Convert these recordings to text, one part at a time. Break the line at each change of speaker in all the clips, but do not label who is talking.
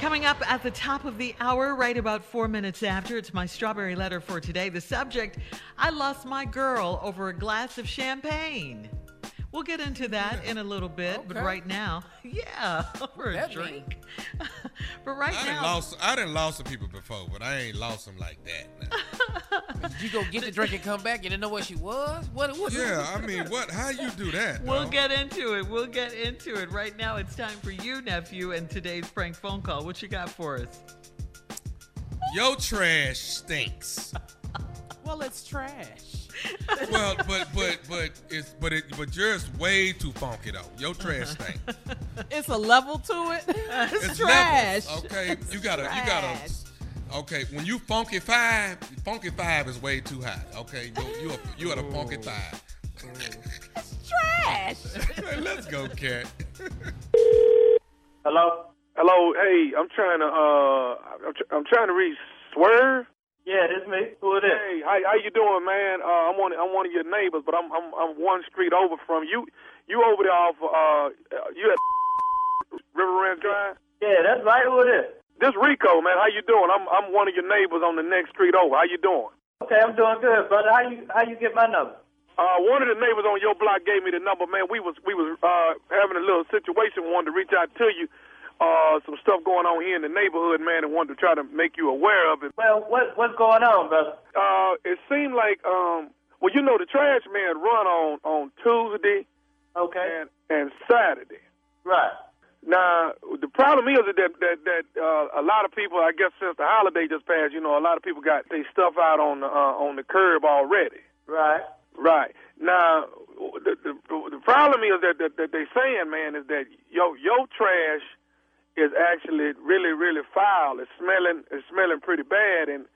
Coming up at the top of the hour, right about four minutes after, it's my strawberry letter for today. The subject I lost my girl over a glass of champagne. We'll get into that in a little bit, but
Okay.
right now, yeah, over a
that
drink. but right
I done
now,
lost. I done lost some people before, but I ain't lost them like that. now.
Did you go get the drink and come back? You didn't know where she was? What? what
yeah, I mean, what? How you do that?
We'll
dog?
get into it. We'll get into it. Right now, it's time for you, nephew, and today's prank phone call. What you got for us?
Your trash stinks.
Well, it's trash.
well, but but but it's but it but yours way too funky though. Your trash stinks.
It's a level to it. It's,
It's
trash.
levels, okay, you gotta you
trash.
gotta. Okay, when you funky five, funky five is way too high. Okay, you you a, you at a funky five.
Trash.
Hey, let's go, cat.
Hello.
Hello, hey, I'm trying to uh, I'm, tr- I'm trying to reach Swerve.
Yeah, this me. Who it is?
Hey, how how you doing, man? Uh, I'm one I'm one of your neighbors, but I'm I'm I'm one street over from you. You over there off uh, uh, you at River Ranch Drive?
Yeah, that's right. Who it is?
This Rico, man, how you doing? I'm I'm one of your neighbors on the next street over. How you doing?
Okay, I'm doing good, brother. How you how you get my number?
Uh, one of the neighbors on your block gave me the number, man. We was we was uh, having a little situation, wanted to reach out to you. Uh, some stuff going on here in the neighborhood, man, and wanted to try to make you aware of it.
Well, what what's going on, brother?
uh, it seemed like um, well, you know, the trash man run on on Tuesday
Okay.
and and Saturday.
Right.
Now the problem is that that that uh, a lot of people, I guess, since the holiday just passed, you know, a lot of people got their stuff out on the uh, on the curb already.
Right.
Right now, the the, the problem is that, that that they saying, man, is that your your trash is actually really really foul. It's smelling it's smelling pretty bad, and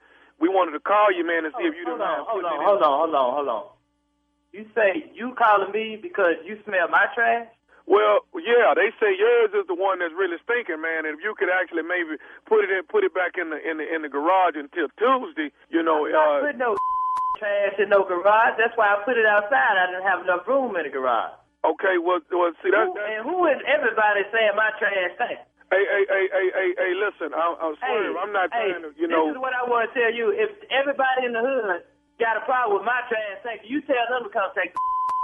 we wanted to call you, man, and see if you
Oh, hold
didn't
on,
mind
hold
putting
on,
it in.
hold on, hold on, hold on. You say you calling me because you smell my trash?
Well, yeah, they say yours is the one that's really stinking, man. And if you could actually maybe put it in, put it back in the in the in the garage until Tuesday, you know.
I'm not
Uh,
putting no trash in no garage. That's why I put it outside. I didn't have enough room in the garage.
okay, well, well, see that.
Who,
that
and who is everybody saying my trash thing?
hey, hey, hey, hey, hey, hey, listen, I, I'm sorry, I'm not
hey,
trying to, you know.
This is what I want to tell you. If everybody in the hood got a problem with my trash tank, you tell them to come take the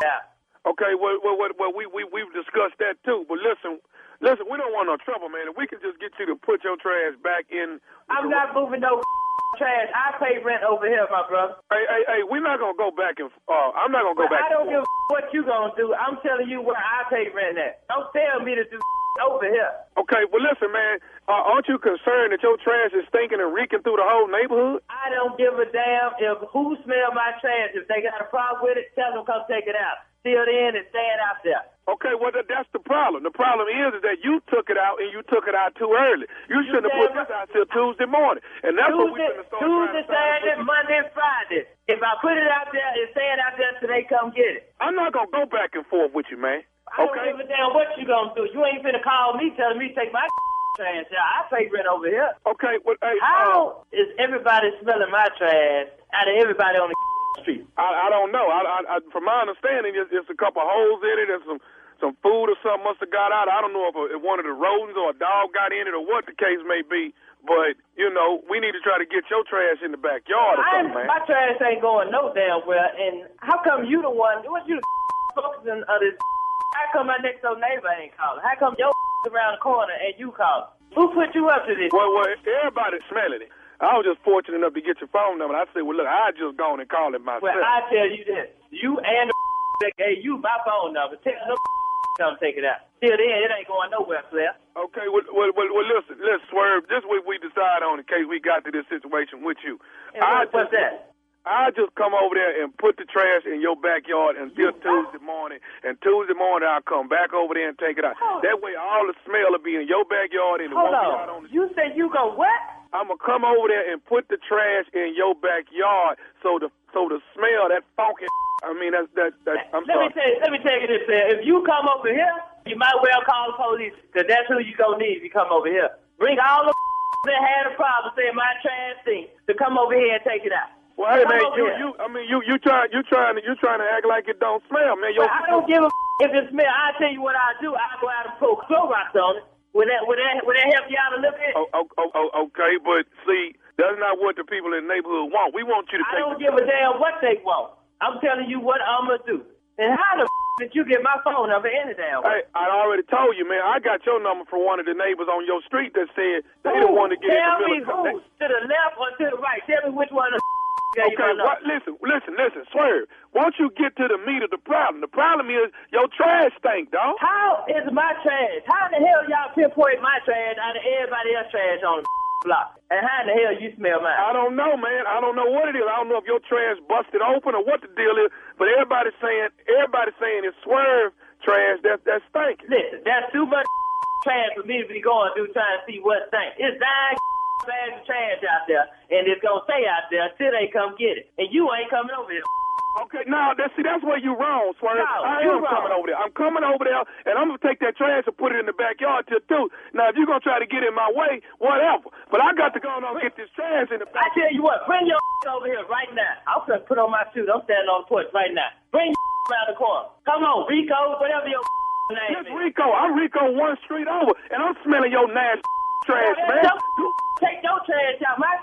out.
Okay, well, well, well, well we, we, we've discussed that too. But listen, listen, we don't want no trouble, man. If we can just get you to put your trash back in. the
I'm
garage-
not moving no trash. I pay rent over here, my brother.
Hey, hey, hey, we're not going to go back and. Uh, I'm not going to go back
I don't give
and
a what you gonna do. I'm telling you where I pay rent at. Don't tell me to do over here.
Okay, well, listen, man. Uh, aren't you concerned that your trash is stinking and reeking through the whole neighborhood?
I don't give a damn if who smell my trash. If they got a problem with it, tell them come take it out. Till then, it's staying out there.
Okay, well, that, that's the problem. The problem is, is that you took it out and you took it out too early. You shouldn't have put
damn
this out till Tuesday morning. And that's what
Tuesday,
we're going to start
Tuesday,
trying to
Saturday,
stop.
Monday, and Friday. If I put it out there, it's staying out there till they come get it.
I'm not going to go back and forth with you, man.
I
okay?
don't give a damn what you gonna do. You ain't finna call me telling me to take my trash out. I pay rent over here.
Okay, well, hey, uh,
How is everybody smelling my trash out of everybody on the street?
I, I don't know. I, I, I, from my understanding, it's, it's a couple holes in it and some some food or something must have got out. I don't know if, a, if one of the rodents or a dog got in it or what the case may be. But you know, we need to try to get your trash in the backyard or
I,
something, man.
my trash ain't going no damn well. And how come you the one? What you the focusing on this? How come my next door neighbor ain't calling? How come your around the corner and you calling? Who put you up to this?
Well, well, everybody's smelling it. I was just fortunate enough to get your phone number. I said, well, look, I just gone and called it myself.
Well, I tell you this: you and the that gave you my phone number. Tell them to come take it out. Till then, it ain't going nowhere, Flair.
Okay, well, well, well, well listen, let's swerve. This what we decide on in case we got to this situation with you.
And
I
what, what's
just-
that?
I just come over there and put the trash in your backyard until Tuesday morning. And Tuesday morning, I'll come back over there and take it out.
Hold-
That way, all the smell will be in your backyard and it
Hold
won't be out on
on.
the.
You said you go what?
I'm gonna come over there and put the trash in your backyard so the so the smell that funky. I mean, that's that that. I'm
let me
sorry.
tell you, let me tell you this, man. If you come over here, you might well call the police, 'cause that's who you gonna need if you come over here. Bring all the that had a problem saying my trash thing to come over here and take it out.
well, hey
Come
man,
over
you
here.
you. I mean, you you trying you trying to you trying to act like it don't smell, man. Your,
Well, I don't give a if it's me. I tell you what I do. I go out and put Clorox on it. Would that would that would that help y'all to look at? it?
O- way, oh, but see, that's not what the people in the neighborhood want. We want you to
I
take.
don't give a damn what they want. I'm telling you what I'm gonna do. And how the did you get my phone number any damn way?
Hey, I already told you, man. I got your number from one of the neighbors on your street that said they don't want to get
Tell
in the
me
middle.
who's
of-
to the left or to the right. Tell me which one of the gave my
Okay,
number.
what, listen, listen, listen, swerve. Won't you get to the meat of the problem? The problem is your trash stink, dog.
How is my trash? How the hell y'all pinpoint my trash out of everybody else's trash on the block? And how in the hell you smell
I
mine?
don't know, man. I don't know what it is. I don't know if your trash busted open or what the deal is. But everybody's saying, everybody's saying it's swerve trash. That's that's stinking.
Listen, that's too much trash for me to be going through trying to see what thing. It's nine bags of trash out there, and it's gonna stay out there till they come get it. And you ain't coming over here.
Okay, now that's see that's where you wrong,
No,
Swerve. I
you
am
wrong.
coming over there. I'm coming over there, and I'm gonna take that trash and put it in the backyard till two. Now if you're gonna try to get in my way, whatever. But I got to go on and get this trash in the
I
back.
tell you what, bring your over here right now. I'm gonna put on my shoes. I'm standing on the porch right now. Bring your around the corner. Come on, Rico, whatever your name
It's
is.
Rico. I'm Rico one street over, and I'm smelling your nasty trash,
Hey,
man.
don't Take your trash out. My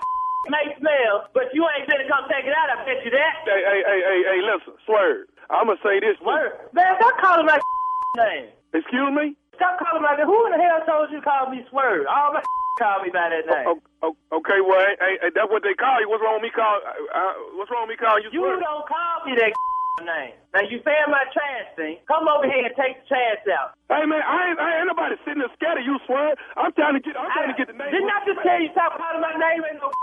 may smell, but you ain't gonna come take it out. I bet you that.
Hey, hey, hey, hey, hey, listen, Swerve. I'm gonna say this. to you.
Word. Man, stop calling my name.
Excuse me.
Stop calling my name. Who in the hell told you to call me Swerve? All my call me by that name.
O- o- okay, well, hey, hey, hey, that's what they call you. What's wrong with me call? Uh, uh, what's wrong with me calling you?
You
Swerve?
don't call me that name. Now you saying my trash thing. Come over here and take the trash out.
Hey man, I ain't, I ain't nobody sitting there scared of you, swear. I'm trying to get, I'm trying to get the name.
Didn't I just tell you stop calling my name? Ain't no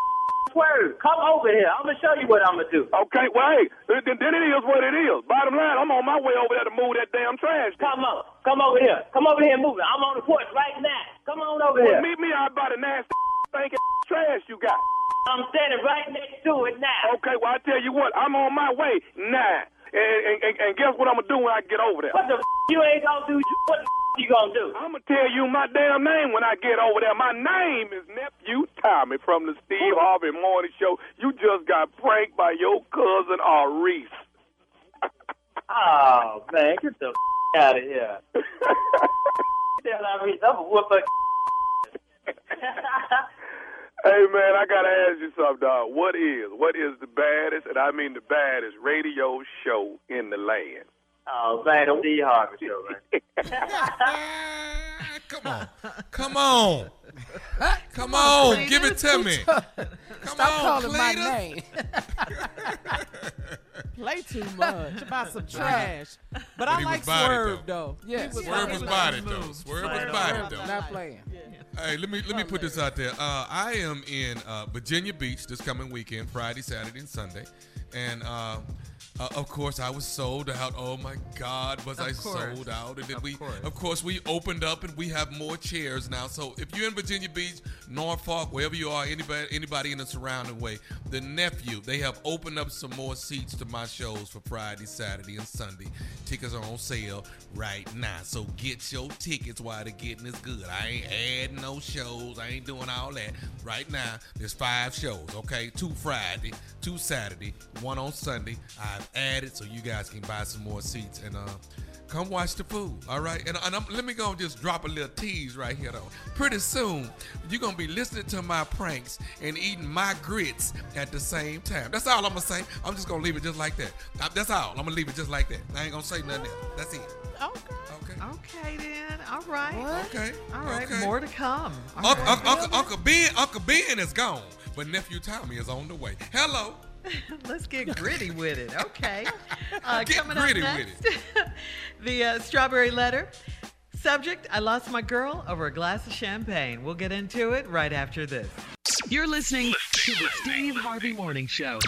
Swerve. Come over here. I'm gonna show you what I'm gonna do.
Okay, well, hey, then, then it is what it is. Bottom line, I'm on my way over there to move that damn trash.
Come
can.
on. Come over here. Come over here and move it. I'm on the porch right now. Come on over here.
Meet me out by the nasty stinking trash you got.
I'm standing right next to it now.
Okay, well I tell you what, I'm on my way now, and and, and, and guess what I'm gonna do when I get over there?
What the f- you ain't gonna do? What the f- you gonna do?
I'm gonna tell you my damn name when I get over there. My name is nephew Tommy from the Steve Harvey Morning Show. You just got pranked by your cousin Arise.
Oh man, get the f- out of here. Tell I reach up a whoop her.
Hey man, I gotta ask you something, dog. What is what is the baddest, and I mean the baddest radio show in the land?
oh man, don't be hard with you, man.
Ah, come on. Come on. Come on. Give it to me. Come
Stop
on,
calling my
Cleta.
name.
Play too much about some trash. But I
he was
like
bodied,
Swerve though.
though.
Yes.
He was-
Swerve was
he
bodied though. Swerve was bodied though.
Not playing.
Hey, let me let me put this out there. Uh, I am in uh, Virginia Beach this coming weekend, Friday, Saturday, and Sunday, and uh, uh, of course I was sold out. Oh my God, was I
course.
sold out? And then
Of
we,
course.
of course, we opened up and we have more chairs now. So if you're in Virginia Beach, Norfolk, wherever you are, anybody anybody in the surrounding way, the nephew, they have opened up some more seats to my shows for Friday, Saturday, and Sunday. Tickets are on sale right now, so get your tickets while they're getting this good. I ain't adding no shows. I ain't doing all that. Right now, there's five shows. Okay, two Friday, two Saturday, one on Sunday. I've added so you guys can buy some more seats and uh. Come watch the food, all right? And, and I'm, let me go and just drop a little tease right here, though. Pretty soon, you're going to be listening to my pranks and eating my grits at the same time. That's all I'm going to say. I'm just going to leave it just like that. I- that's all. I'm going to leave it just like that. I ain't going to say nothing else. That's it.
Okay.
Okay.
Okay, then. All right.
Okay.
All right.
Okay.
More to come. All
Uncle,
right.
Uncle, Uncle, Uncle Ben, Uncle Ben is gone, but nephew Tommy is on the way. Hello.
Let's get gritty with it. Okay. Uh,
Get
coming
gritty
up
with
next, the uh, strawberry letter. Subject I lost my girl over a glass of champagne. We'll get into it right after this.
You're listening to the Steve Harvey Morning Show.